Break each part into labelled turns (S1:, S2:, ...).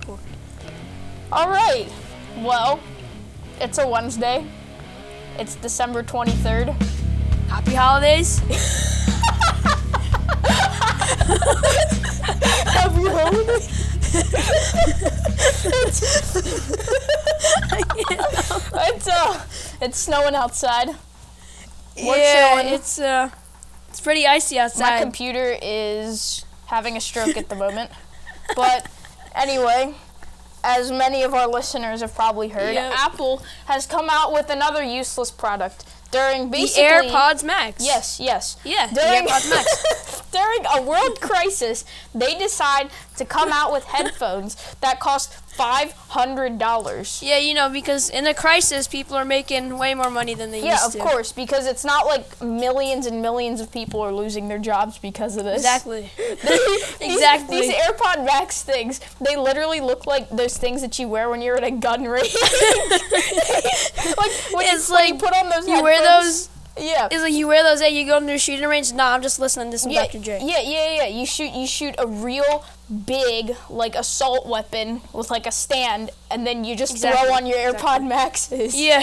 S1: for.
S2: All right. Well, it's a Wednesday. It's December 23rd.
S1: Happy holidays.
S2: Happy holidays. it's uh, it's snowing outside. We're
S1: yeah,
S2: chilling.
S1: it's uh, it's pretty icy
S2: My
S1: outside.
S2: computer is having a stroke at the moment. But anyway, as many of our listeners have probably heard,
S1: Yep.
S2: Apple has come out with another useless product during
S1: the
S2: basically
S1: AirPods Max.
S2: Yes, yes.
S1: Yeah, the
S2: During,
S1: AirPods Max.
S2: during a world crisis, they decide to come out with headphones that cost five hundred dollars.
S1: Yeah, you know, because in a crisis, people are making way more money than they
S2: Yeah,
S1: used
S2: of
S1: to.
S2: course, because it's not like millions and millions of people are losing their jobs because of this.
S1: Exactly.
S2: These-
S1: exactly.
S2: These, AirPod Max things, they literally look like those things that you wear when you're at a gun range. like when,
S1: It's
S2: you, when you
S1: like
S2: put on those
S1: you wear
S2: headphones-
S1: those.
S2: Yeah.
S1: It's like you wear those and you go into a shooting range. Nah, I'm just listening to some
S2: yeah,
S1: Dr. Dre.
S2: yeah, yeah, yeah. You shoot, you shoot a real big like assault weapon with like a stand, and then you just
S1: Exactly,
S2: throw on your AirPod Maxes.
S1: Yeah.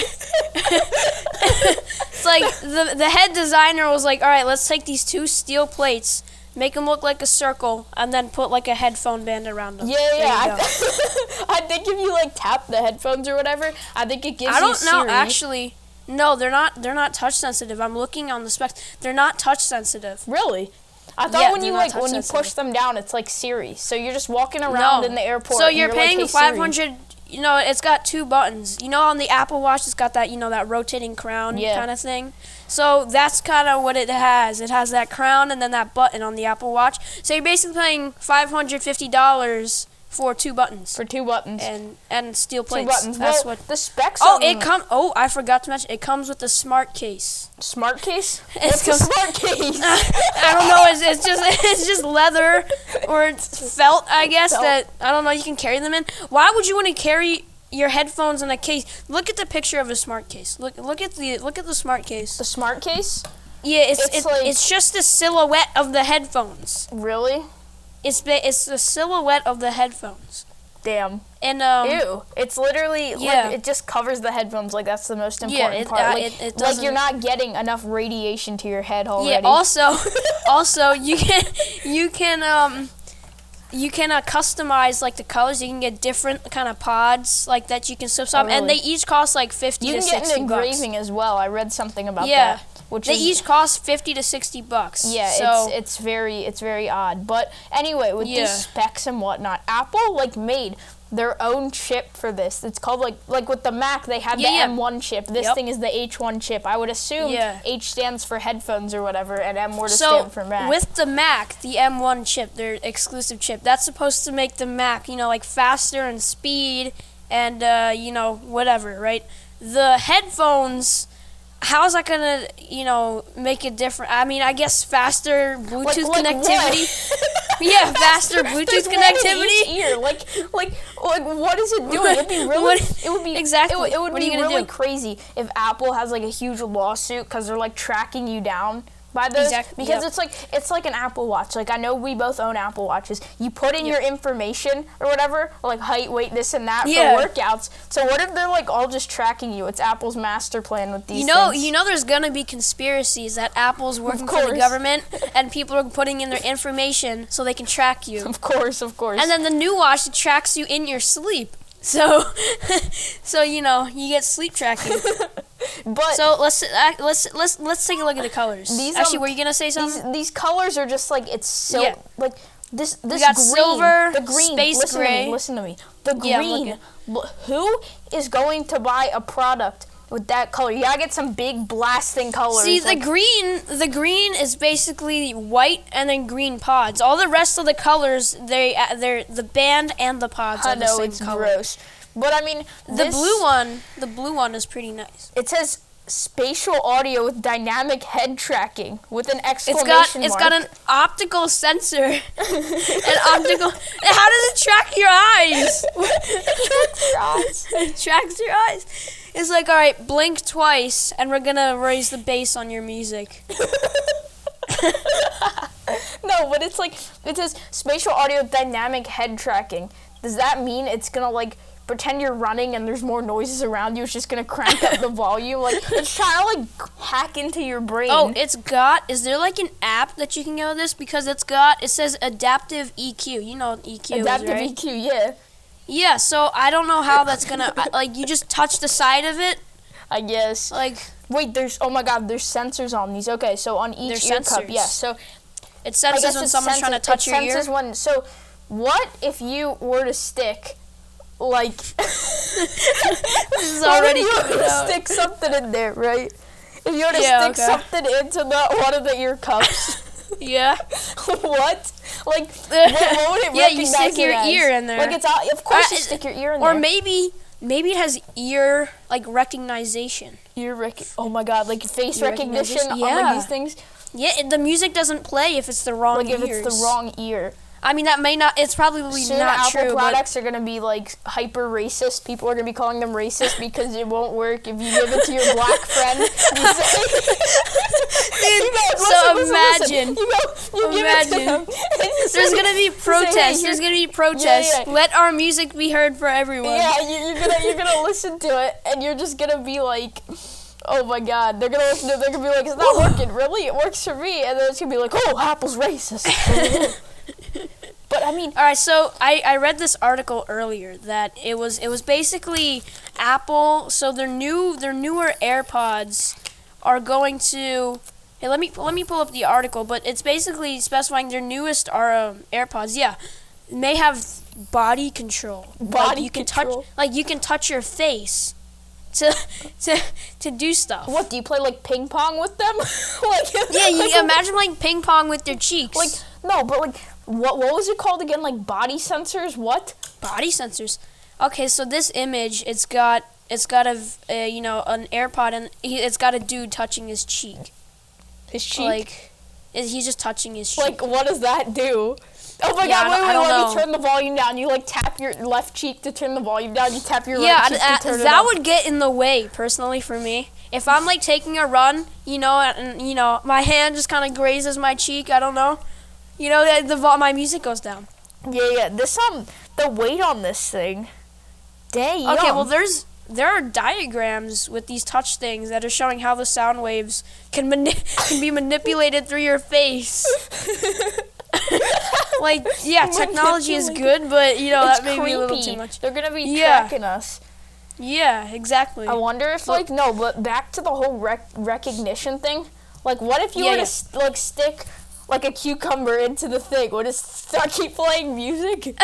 S1: it's like the the head designer was like, all right, let's take these two steel plates, make them look like a circle, and then put like a headphone band around them.
S2: yeah,
S1: There
S2: yeah.
S1: you
S2: I,
S1: go.
S2: I think if you like tap the headphones or whatever, I think it gives.
S1: I don't
S2: you
S1: know
S2: Siri.
S1: actually. No, they're not. They're not touch sensitive. I'm looking on the specs. They're not touch sensitive.
S2: Really. I thought
S1: Yeah,
S2: when
S1: they're
S2: you
S1: not
S2: like
S1: touch
S2: when you push
S1: sensitive.
S2: them down, it's like Siri. So you're just walking around
S1: no.
S2: in the airport.
S1: So
S2: and
S1: you're,
S2: like,
S1: paying
S2: "Hey, Siri."
S1: 500. You know, it's got two buttons. You know, on the Apple Watch, it's got that you know that rotating crown
S2: Yeah.
S1: kind of thing. So that's kind of what it has. It has that crown and then that button on the Apple Watch. So you're basically paying 550 dollars for two buttons
S2: for two buttons.
S1: and and steel
S2: two
S1: plates.
S2: buttons.
S1: That's
S2: well,
S1: what.
S2: the specs.
S1: Oh,
S2: on
S1: it come. Oh, I forgot to mention. It comes with a smart case.
S2: smart case. It's
S1: It's
S2: a
S1: com-
S2: smart case.
S1: I don't know. It's, it's just it's just leather or it's felt, I guess.
S2: Felt.
S1: That I don't know. You can carry them in. Why would you want to carry your headphones in a case? Look at the picture of a smart case. Look look at the look at the smart case.
S2: the smart case.
S1: Yeah, it's
S2: It's
S1: it's,
S2: like-
S1: it's just the silhouette of the headphones.
S2: Really?
S1: It's ba- it's the silhouette of the headphones.
S2: Damn.
S1: And um,
S2: Ew. It's literally
S1: Yeah.
S2: like it just covers the headphones. Like that's the most important
S1: it-
S2: part.
S1: uh,
S2: like,
S1: it- it
S2: like you're
S1: doesn't-
S2: not getting enough radiation to your head already.
S1: yeah. Also, also you can you can um. You can uh, customize like the colors. You can get different kind of pods like that. You can swap, swap, and they
S2: Oh, really?
S1: each cost like fifty
S2: you
S1: to
S2: can get
S1: sixty
S2: an
S1: bucks.
S2: engraving as well. I read something about
S1: Yeah.
S2: that. Which
S1: They
S2: is,
S1: each cost fifty to sixty bucks.
S2: Yeah,
S1: so
S2: it's it's very it's very odd. But anyway, with
S1: Yeah.
S2: these specs and whatnot, Apple like made their own chip for this. It's called like like with the Mac, they had
S1: Yeah, yeah.
S2: the M1 chip. This
S1: Yep.
S2: thing is the H1 chip. I would assume
S1: Yeah.
S2: H stands for headphones or whatever, and M would
S1: so
S2: stand for Mac.
S1: with the Mac, the M1 chip, their exclusive chip, that's supposed to make the Mac, you know, like faster and speed and uh, you know whatever, right? The headphones. How's that gonna, you know, make a difference? I mean, I guess faster
S2: Like-
S1: Bluetooth
S2: like what?
S1: connectivity. yeah, faster Bluetooth
S2: There's one in
S1: connectivity.
S2: each ear. Like, like, like, what is it doing? It'd be really,
S1: What-
S2: it would be
S1: Exactly.
S2: It would, it would
S1: What are
S2: be
S1: you gonna
S2: really
S1: do?
S2: crazy if Apple has like a huge lawsuit because they're like tracking you down by those.
S1: Exact-
S2: Because
S1: yep.
S2: it's like it's like an Apple Watch. Like I know we both own Apple Watches. You put in your information or whatever, like height, weight, this and that
S1: Yeah.
S2: for workouts. So what if they're like all just tracking you? It's Apple's master plan with these.
S1: You know,
S2: things.
S1: you know, there's gonna be conspiracies that Apple's working for the
S2: course.
S1: government, and people are putting in their information so they can track you.
S2: Of course, of course.
S1: And then the new watch it tracks you in your sleep. So, so you know, you get sleep tracking.
S2: but
S1: so let's uh, let's let's let's take a look at the colors.
S2: These,
S1: Actually,
S2: um,
S1: were you gonna say something?
S2: these these colors are just like it's so
S1: Yeah.
S2: like this this
S1: got
S2: green,
S1: silver,
S2: the green
S1: space
S2: listen to
S1: gray.
S2: me listen to me the
S1: Yeah, I'm
S2: green
S1: looking.
S2: L- who is going to buy a product with that color you gotta get some big blasting colors
S1: See, the
S2: like,
S1: green the green is basically white and then green pods. All the rest of the colors they uh, they're the band and the pods
S2: I
S1: are the
S2: know
S1: same
S2: it's
S1: color.
S2: gross but I mean
S1: The
S2: this-
S1: blue one, the blue one is pretty nice.
S2: it says spatial audio with dynamic head tracking with an
S1: It's
S2: exclamation
S1: got
S2: mark
S1: it's got an optical sensor. an optical. and How does it track your eyes? it tracks your eyes. It's like all right, blink twice, and we're gonna raise the bass on your music.
S2: No, but it's like it says spatial audio dynamic head tracking. does that mean it's gonna like pretend you're running and there's more noises around you? It's just gonna crank up the volume. Like it's trying to like hack into your brain.
S1: Oh, it's got. Is there like an app that you can get with this? Because it's got. It says adaptive EQ. You know what EQ
S2: adaptive E
S1: is, right?
S2: EQ. Yeah,
S1: yeah. So I don't know how that's gonna. I- like you just touch the side of it.
S2: I guess.
S1: Like
S2: Wait, there's oh my god, there's sensors on these. Okay, so on each
S1: There's
S2: ear cup,
S1: sensors.
S2: yes. So
S1: it
S2: I
S1: senses
S2: guess
S1: when
S2: it
S1: someone's trying to
S2: senses-
S1: touch
S2: it
S1: your ear.
S2: senses when- so what if you were to stick like
S1: This
S2: what
S1: is
S2: if
S1: already
S2: you were
S1: coming
S2: to
S1: out.
S2: stick something in there, right? If you were to
S1: Yeah,
S2: stick
S1: okay.
S2: something into the one of the ear cups,
S1: Yeah.
S2: what? Like what, what would it
S1: Yeah, you
S2: recognize
S1: stick your
S2: it as?
S1: ear in there.
S2: Like it's all, of course you
S1: Uh,
S2: stick your ear in
S1: Or
S2: there.
S1: maybe maybe it has ear like recognition.
S2: ear rec- oh my god, like face
S1: Ear
S2: recognition,
S1: recognition,
S2: on like
S1: yeah.
S2: these things.
S1: Yeah, it, the music doesn't play if it's the wrong
S2: Like if it's
S1: ears.
S2: the wrong ear.
S1: I mean, that may not. It's probably
S2: Soon
S1: not
S2: Apple
S1: true. But
S2: products are gonna be like hyper racist. People are gonna be calling them racist because it won't work if you give it to your black friend. You say, you go,
S1: so
S2: You
S1: imagine-
S2: go, you give it to
S1: imagine.
S2: them. and you
S1: There's
S2: say-
S1: gonna be
S2: you say, "Hey,
S1: protests.
S2: here-
S1: There's gonna be protests.
S2: yeah.
S1: Let our music be heard for everyone.
S2: yeah, you, you're gonna you're gonna listen to it, and you're just gonna be like, oh my god, they're gonna listen to it. They're gonna be like, it's not working. Really, it works for me, and then it's gonna be like, oh, Apple's racist. but I mean,
S1: All right. So I, I read this article earlier that it was it was basically Apple. So their new their newer AirPods are going to. Hey, let me let me pull up the article. But it's basically specifying their newest are um, AirPods. Yeah, may have body control.
S2: Body
S1: like you can
S2: control.
S1: touch like you can touch your face to to to do stuff.
S2: what do you play like ping pong with them? like
S1: Yeah, you
S2: like,
S1: imagine playing ping pong with your cheeks.
S2: Like no, but like what what was it called again? Like body sensors? What?
S1: body sensors. Okay, so this image, it's got it's got a, v- uh you know an AirPod and he, it's got a dude touching his cheek.
S2: His cheek. Like,
S1: Like is he's just touching his cheek.
S2: what does that do? Oh my
S1: Yeah, I
S2: god, wait,
S1: don't- I
S2: wait,
S1: don't
S2: let
S1: know.
S2: me turn the volume down. You like tap your left cheek to turn the volume down, you tap your
S1: yeah,
S2: right
S1: I-
S2: cheek to
S1: I-
S2: turn it
S1: that
S2: up.
S1: would get in the way personally for me. If I'm like taking a run, you know, and you know my hand just kind of grazes my cheek. I don't know. You know, the, the vol- my music goes down.
S2: Yeah, yeah. This um the weight on this thing. Dang.
S1: Okay, well there's there are diagrams with these touch things that are showing how the sound waves can mani- can be manipulated through your face. like yeah, technology is good, but you know
S2: it's
S1: that may
S2: creepy.
S1: be a little too much.
S2: They're gonna be
S1: Yeah.
S2: tracking us.
S1: Yeah, exactly.
S2: I wonder if
S1: Well-
S2: like no, but back to the whole rec- recognition thing. Like, what if you
S1: Yeah,
S2: were
S1: yeah.
S2: to st- like stick like a cucumber into the thing? Would it start keep playing music?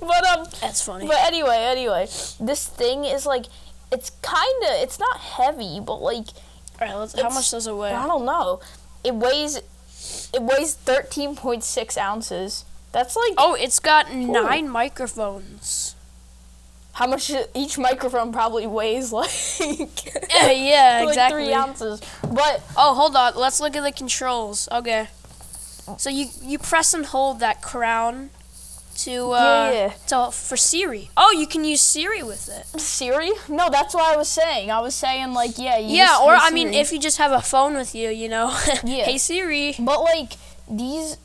S2: but um,
S1: That's funny.
S2: but anyway, anyway, this thing is like it's kind of it's not heavy, but like
S1: All right, let's, how
S2: it's-
S1: much does it weigh?
S2: I don't know. It weighs it weighs thirteen point six ounces. That's like
S1: Oh, it's got nine microphones.
S2: how much each microphone probably weighs, like
S1: Yeah, yeah,
S2: like
S1: exactly.
S2: three ounces. But
S1: Oh, hold on. Let's look at the controls. Okay. So you you press and hold that crown to uh
S2: Yeah,
S1: to for Siri. Oh, you can use Siri with it.
S2: Siri? No, that's what I was saying. I was saying like, yeah, you
S1: yeah,
S2: just
S1: or
S2: use
S1: I mean
S2: Siri.
S1: if you just have a phone with you, you know.
S2: Yeah.
S1: hey Siri.
S2: but like these,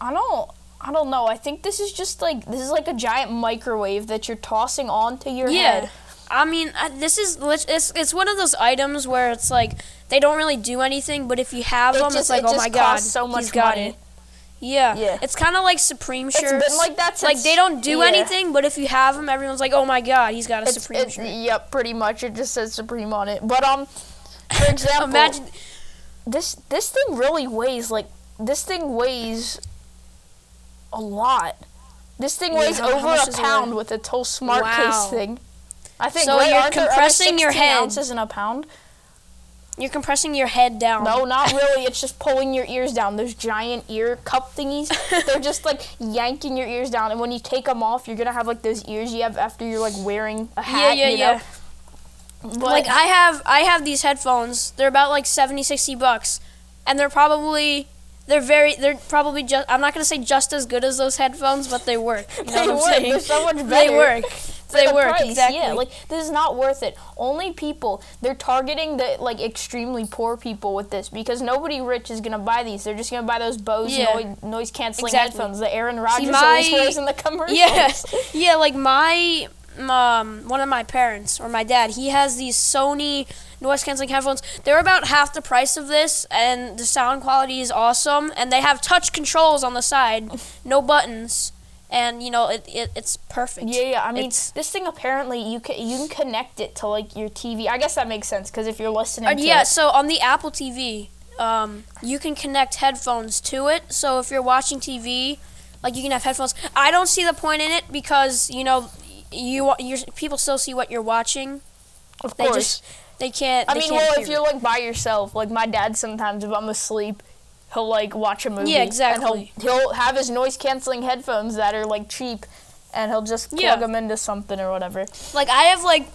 S2: I don't, I don't know. I think this is just like this is like a giant microwave that you're tossing onto your
S1: Yeah.
S2: head.
S1: I mean, I, this is lit- it's it's one of those items where it's like they don't really do anything, but if you have
S2: It
S1: them,
S2: just-
S1: it's like
S2: it
S1: oh
S2: just
S1: my god,
S2: costs so much
S1: he's got
S2: money.
S1: it. Yeah.
S2: Yeah.
S1: It's kind of like Supreme shirts.
S2: It's been like that since
S1: like they don't do
S2: yeah.
S1: anything, but if you have them, everyone's like, "Oh my God, he's got a
S2: It's,
S1: Supreme
S2: it's
S1: shirt."
S2: yep, pretty much. It just says Supreme on it. But um, for example,
S1: Imagine,
S2: this this thing really weighs like this thing weighs a lot. This thing
S1: Yeah,
S2: weighs
S1: how- how
S2: over
S1: much
S2: a
S1: does it
S2: pound with a whole smart
S1: Wow.
S2: case thing. I think
S1: So
S2: wait,
S1: you're
S2: aren't there other
S1: compressing your
S2: 16
S1: head.
S2: ounces in a pound.
S1: you're compressing your head down.
S2: No, not really. It's just pulling your ears down. Those giant ear cup thingies. They're just like yanking your ears down, and when you take them off, you're gonna have like those ears you have after you're like wearing a
S1: Yeah,
S2: hat.
S1: yeah,
S2: you
S1: yeah.
S2: Know? But,
S1: like I have, I have these headphones. They're about like 70, 60 bucks, and they're probably, they're very, they're probably just. I'm not gonna say just as good as those headphones, but they work. You know
S2: they
S1: what I'm
S2: work.
S1: saying?
S2: They're so much better.
S1: They work. they
S2: the
S1: work
S2: price.
S1: exactly.
S2: Yeah, like this is not worth it. Only people they're targeting the like extremely poor people with this because nobody rich is gonna buy these. They're just gonna buy those Bose
S1: Yeah.
S2: noise, noise canceling
S1: Exactly.
S2: headphones. The Aaron Rodgers
S1: my-
S2: always wears in the commercials.
S1: yeah, yeah. Like my um, one of my parents or my dad, he has these Sony noise canceling headphones. They're about half the price of this, and the sound quality is awesome. And they have touch controls on the side, no buttons, and you know it, it it's perfect.
S2: Yeah, yeah. I mean,
S1: It's-
S2: this thing apparently you can you can connect it to like your TV. I guess that makes sense because if you're listening,
S1: Uh,
S2: to
S1: yeah.
S2: it-
S1: So on the Apple TV, um, you can connect headphones to it. So if you're watching TV, like you can have headphones. I don't see the point in it because you know you you people still see what you're watching.
S2: of
S1: They
S2: course.
S1: just they can't.
S2: I
S1: they
S2: mean,
S1: can't
S2: well,
S1: hear
S2: if
S1: it.
S2: you're like by yourself, like my dad sometimes if I'm asleep, he'll like watch a movie.
S1: exactly.
S2: And he'll he'll have his noise canceling headphones that are like cheap, and he'll just plug
S1: Yeah.
S2: them into something or whatever.
S1: like I have like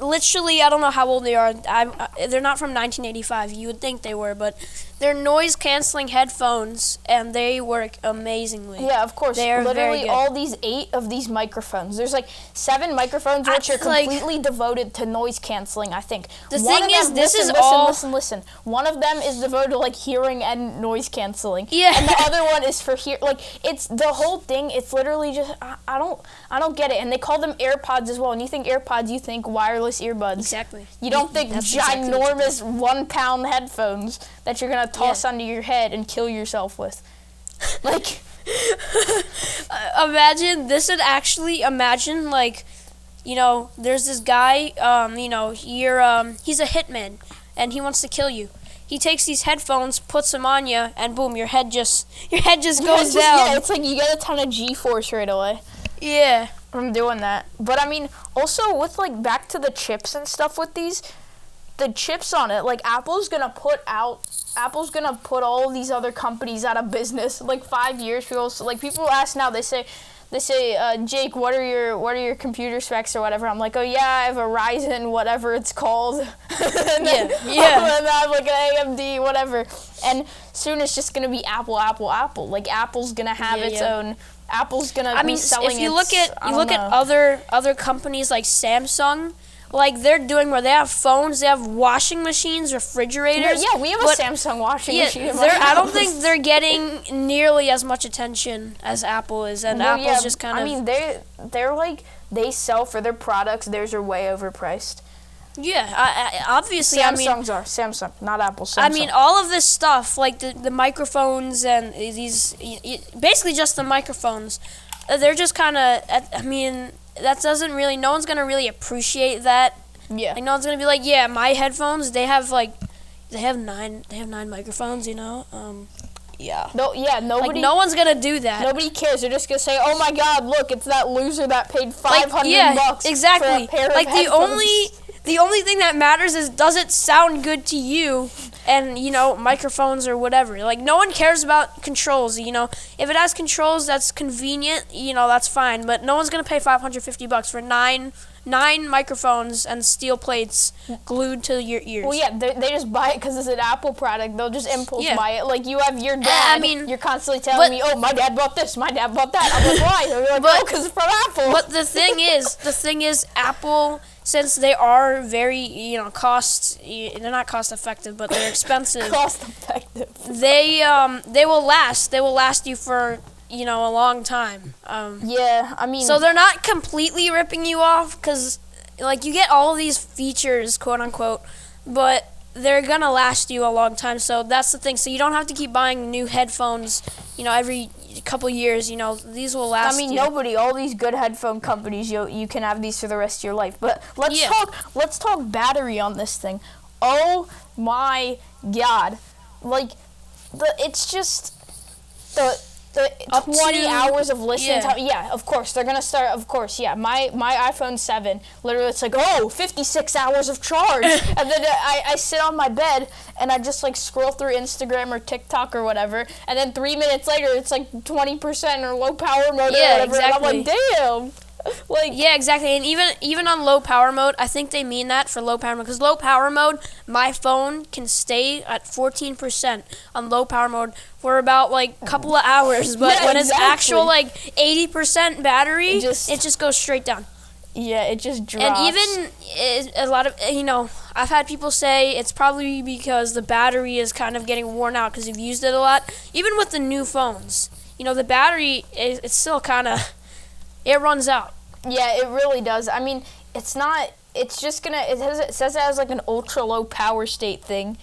S1: literally I don't know how old they are. I'm uh, they're not from 1985. You would think they were, but they're noise canceling headphones and they work amazingly.
S2: Yeah, of course.
S1: They are very
S2: literally
S1: good.
S2: all these eight of these microphones. There's like seven microphones
S1: I-
S2: which are
S1: like-
S2: completely devoted to noise canceling. I think
S1: The
S2: One of
S1: thing is,
S2: them-
S1: this
S2: listen,
S1: is
S2: listen,
S1: all-
S2: Listen, listen. One of them is devoted to like hearing and noise canceling.
S1: Yeah.
S2: And the other one is for hear. Like it's the whole thing. It's literally just I, I don't I don't get it. And they call them AirPods as well. And you think AirPods, you think wireless earbuds.
S1: Exactly.
S2: You don't think
S1: That's exactly what you
S2: ginormous one pound headphones that you're gonna toss onto your head and kill yourself with. Like.
S1: Uh, imagine this would actually imagine like you know there's this guy um you know you're um he's a hitman and he wants to kill you. He takes these headphones, puts them on you, and boom, your head just your head just
S2: Yeah,
S1: goes
S2: it's just- Yeah,
S1: down.
S2: it's like you get a ton of G-force right away
S1: Yeah.
S2: from doing that. But I mean, also with like back to the chips and stuff with these, the chips on it, like Apple's gonna put out. Apple's gonna put all these other companies out of business in, like five years. People so, like people ask now. They say, they say, uh, Jake, what are your what are your computer specs or whatever? I'm like, oh yeah, I have a Ryzen, whatever it's called. and then-
S1: Yeah, yeah.
S2: And then I have like an AMD, whatever. And soon it's just gonna be Apple, Apple, Apple. Like Apple's gonna have
S1: Yeah,
S2: its
S1: yeah.
S2: own. Apple's gonna
S1: I mean, s- if you look at you look at other other companies like Samsung, like they're doing where they have phones, they have washing machines, refrigerators.
S2: yeah, we have a
S1: but-
S2: Samsung washing
S1: Yeah,
S2: machine. in my
S1: they're, I don't
S2: house.
S1: think they're getting nearly as much attention as Apple is, and
S2: No,
S1: Apple's
S2: yeah,
S1: just kind of
S2: I mean, they they're like they sell for their products. Theirs are way overpriced.
S1: yeah. I, I, obviously, I mean,
S2: Samsungs are Samsung, not Apple. Samsung.
S1: I mean, all of this stuff, like the, the microphones and uh, these, y- y- basically just the microphones, uh, they're just kind of. I mean, that doesn't really. No one's gonna really appreciate that
S2: yeah.
S1: Like no one's gonna be like, yeah, my headphones. They have like, they have nine. They have nine microphones. You know. Um, yeah.
S2: No, yeah,
S1: Like
S2: nobody.
S1: no one's gonna do that.
S2: Nobody cares. They're just gonna say, "Oh my God, look! It's that loser that paid five
S1: like
S2: hundred
S1: yeah,
S2: bucks
S1: exactly.
S2: for a pair
S1: like
S2: of
S1: the
S2: headphones."
S1: only the only thing that matters is does it sound good to you, and you know microphones or whatever. Like no one cares about controls. You know, if it has controls, that's convenient. You know, that's fine. But no one's gonna pay five hundred fifty bucks for nine nine microphones and steel plates glued to your ears.
S2: Well, yeah, they, they just buy it because it's an Apple product. They'll just impulse
S1: Yeah.
S2: buy it. Like you have your
S1: I
S2: dad.
S1: mean,
S2: you're constantly telling
S1: but-
S2: me, "Oh, my dad bought this. My dad bought that." I'm like, "Why?" They're like,
S1: But-
S2: "Oh, because it's from Apple."
S1: But the thing is, the thing is, Apple, since they are very, you know, cost, they're not cost effective, but they're expensive.
S2: cost effective.
S1: they, um, they will last. They will last you for, you know, a long time. Um,
S2: Yeah, I mean,
S1: so they're not completely ripping you off, because, like, you get all these features, quote unquote, but they're gonna last you a long time. So that's the thing. So you don't have to keep buying new headphones, you know, every couple years. You know, these will last.
S2: I mean,
S1: you.
S2: nobody. All these good headphone companies, you you can have these for the rest of your life. But let's
S1: Yeah.
S2: talk. Let's talk battery on this thing. Oh my god! Like the it's just the the
S1: Up
S2: twenty
S1: to-
S2: hours of listening
S1: yeah.
S2: time. Yeah, of course they're gonna start. Of course, yeah. My my iPhone seven literally it's like oh 56 hours of charge, and then I I sit on my bed and I just like scroll through Instagram or TikTok or whatever, and then three minutes later it's like twenty percent or low power mode
S1: Yeah,
S2: yeah, exactly. I'm like, damn. Like,
S1: Yeah, exactly. And even even on low power mode, I think they mean that for low power mode because low power mode, my phone can stay at 14% on low power mode for about like a couple of hours, but
S2: Oh. Yeah,
S1: when it's actual
S2: exactly.
S1: like 80% battery,
S2: It
S1: it
S2: just-
S1: just, goes straight down.
S2: Yeah, it just
S1: And
S2: drops.
S1: even it, a lot of you know, I've had people say it's probably because the battery is kind of getting worn out because you've used it a lot. Even with the new phones, you know, the battery is it's still kind of it runs out.
S2: Yeah, it really does. I mean, it's not. It's just gonna. It, has, it says it has like an ultra low power state thing.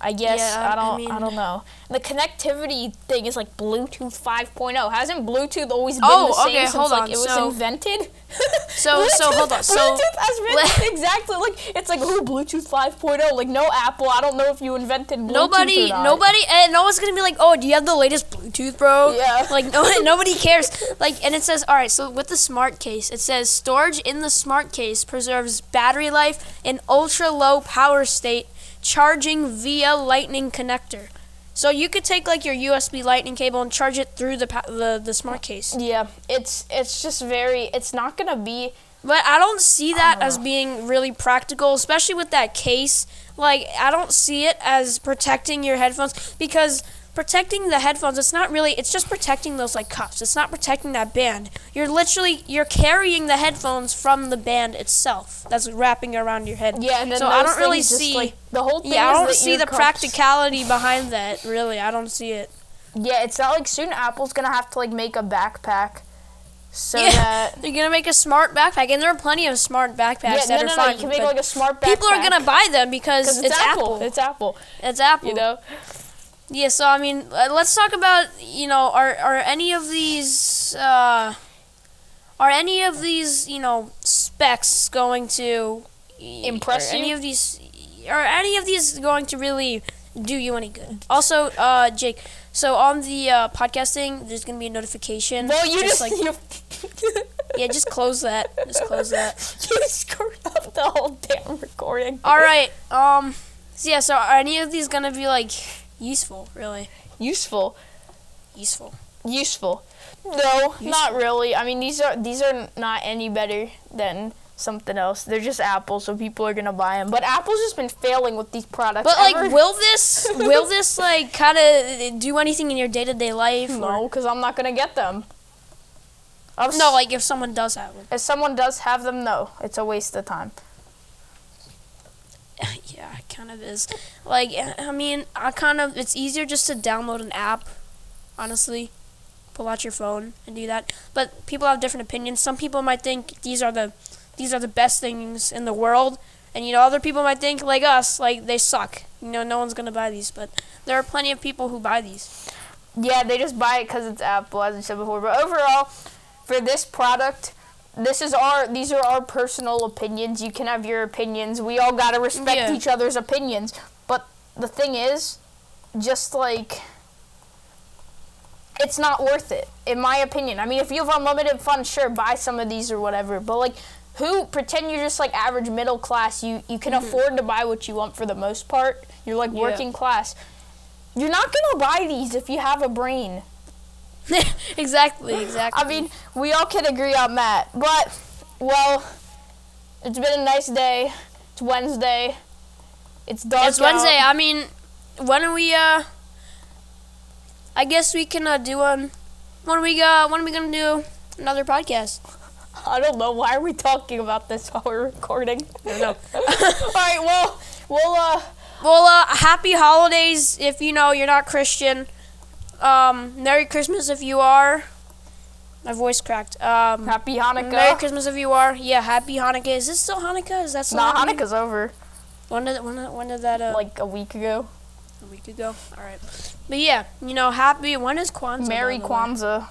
S2: I guess
S1: Yeah,
S2: I don't.
S1: I
S2: I,
S1: mean-
S2: don't know. The connectivity thing is like Bluetooth 5.0. Hasn't Bluetooth always been
S1: Oh,
S2: the same
S1: okay,
S2: since
S1: hold
S2: like
S1: on,
S2: it was
S1: so-
S2: invented?
S1: So- so, hold on,
S2: Bluetooth-
S1: so-
S2: Bluetooth has been exactly like it's like oh Bluetooth 5.0. Like no Apple. I don't know if you invented Bluetooth
S1: Nobody,
S2: or not.
S1: nobody, and no one's gonna be like, "Oh, do you have the latest Bluetooth, bro?"
S2: Yeah.
S1: Like no, nobody cares. Like, and it says, "All right." So with the smart case, it says storage in the smart case preserves battery life in ultra low power state, charging via lightning connector. So you could take like your USB lightning cable and charge it through the pa- the, the smart case.
S2: Yeah, it's it's just very. It's not gonna be.
S1: But I don't see that as being really practical, especially with that case. Like, I don't see it as protecting your headphones because protecting the headphones, it's not really, it's just protecting those, like, cuffs. It's not protecting that band. You're literally, you're carrying the headphones from the band itself that's wrapping around your head.
S2: Yeah, and then
S1: so I
S2: those
S1: don't really
S2: things just,
S1: see,
S2: like, the whole thing.
S1: yeah, I
S2: is
S1: don't
S2: that
S1: see
S2: your
S1: the
S2: cups-
S1: practicality behind that, really. I don't see it.
S2: Yeah, it's not like soon Apple's gonna have to like make a backpack so
S1: Yeah.
S2: that
S1: They're going to make a smart backpack, and there are plenty of smart
S2: yeah, no,
S1: backpacks that
S2: no,
S1: are
S2: no,
S1: fine.
S2: you can make
S1: but-
S2: like a smart backpack.
S1: people are gonna buy them because
S2: 'Cause
S1: it's, Apple. It's,
S2: It's Apple,
S1: Apple.
S2: you know.
S1: Yeah. So I mean, uh, let's talk about you know are are any of these uh, are any of these you know specs going to
S2: Impress
S1: are Any
S2: you?
S1: of these are any of these going to really do you any good? Also, uh, Jake. So on the uh, podcasting, there's gonna be a notification.
S2: Well, you
S1: just
S2: just,
S1: like
S2: you,
S1: yeah, just close that. Just close that.
S2: you screwed up the whole damn recording.
S1: All right. Um. So yeah. So are any of these gonna be like useful? Really
S2: Useful,
S1: useful.
S2: useful. No, not really. I mean, these are these are not any better than something else. They're just Apple, so people are gonna buy them. But Apple's just been failing with these products.
S1: But like,
S2: ever.
S1: will this will this like kind of do anything in your day to day life? or-
S2: no, because I'm not gonna get them. I'm
S1: No. Like if someone does have one.
S2: If someone does have them, no, it's a waste of time.
S1: yeah, it kind of is. Like I mean, I kind of it's easier just to download an app. Honestly, pull out your phone and do that. But people have different opinions. Some people might think these are the these are the best things in the world. And you know, other people might think like us, like they suck. You know, no one's gonna buy these, but there are plenty of people who buy these.
S2: Yeah, they just buy it because it's Apple, as I said before. But overall, for this product, this is our these are our personal opinions. You can have your opinions. We all gotta respect
S1: Yeah.
S2: each other's opinions. But the thing is, just like it's not worth it, in my opinion. I mean, if you have unlimited funds, sure, buy some of these or whatever. But like, who pretend you're just like average middle class? You you can afford to buy what you want for the most part. You're like
S1: Mm-hmm. Yeah.
S2: working class. You're not gonna buy these if you have a brain.
S1: exactly, exactly.
S2: I mean, we all can agree on that. But well, it's been a nice day. It's Wednesday. It's dark.
S1: it's Wednesday.
S2: out.
S1: I mean, when are we? Uh, I guess we can uh, do one. When are we? Uh, when are we gonna do another podcast?
S2: I don't know why are we talking about this while we're recording.
S1: don't know.
S2: all right. Well, we'll uh.
S1: Well, uh, happy holidays if you know you're not Christian. Um, Merry Christmas if you are. My voice cracked. Um,
S2: Happy Hanukkah.
S1: Merry Christmas if you are. Yeah, Happy Hanukkah. Is this still Hanukkah? Is that still
S2: Nah,
S1: happening?
S2: Hanukkah's over.
S1: When did when did, when did that? Uh,
S2: Like a week ago.
S1: a week ago. All right. But yeah, you know, happy. When is Kwanzaa? by
S2: Merry
S1: the way?
S2: Kwanzaa.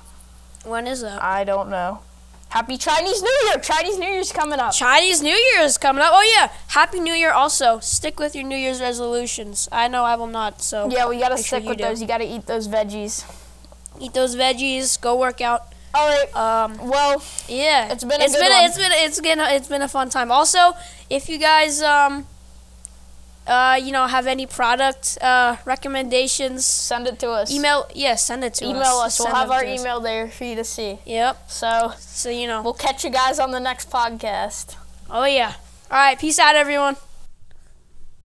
S1: When is uh, that?
S2: I don't know. Happy Chinese New Year. Chinese New Year's coming up.
S1: Chinese New Year is coming up. Oh yeah, Happy New Year also. Stick with your New Year's resolutions. I know I will not. So
S2: Yeah, we gotta
S1: Make sure
S2: stick
S1: you
S2: with
S1: do.
S2: those. You gotta eat those veggies.
S1: eat those veggies. Go work out.
S2: All right.
S1: Um,
S2: Well,
S1: yeah,
S2: It's been a
S1: it's
S2: good
S1: been
S2: one.
S1: A, it's been a, it's been a, it's been a fun time. Also, if you guys um uh you know have any product uh recommendations,
S2: send it to us.
S1: email yeah send it to
S2: Email
S1: us.
S2: us. We'll
S1: Send
S2: have
S1: them
S2: our
S1: to us.
S2: email there for you to see.
S1: Yep.
S2: So
S1: So you know.
S2: we'll catch you guys on the next podcast.
S1: Oh yeah. All right. Peace out, everyone.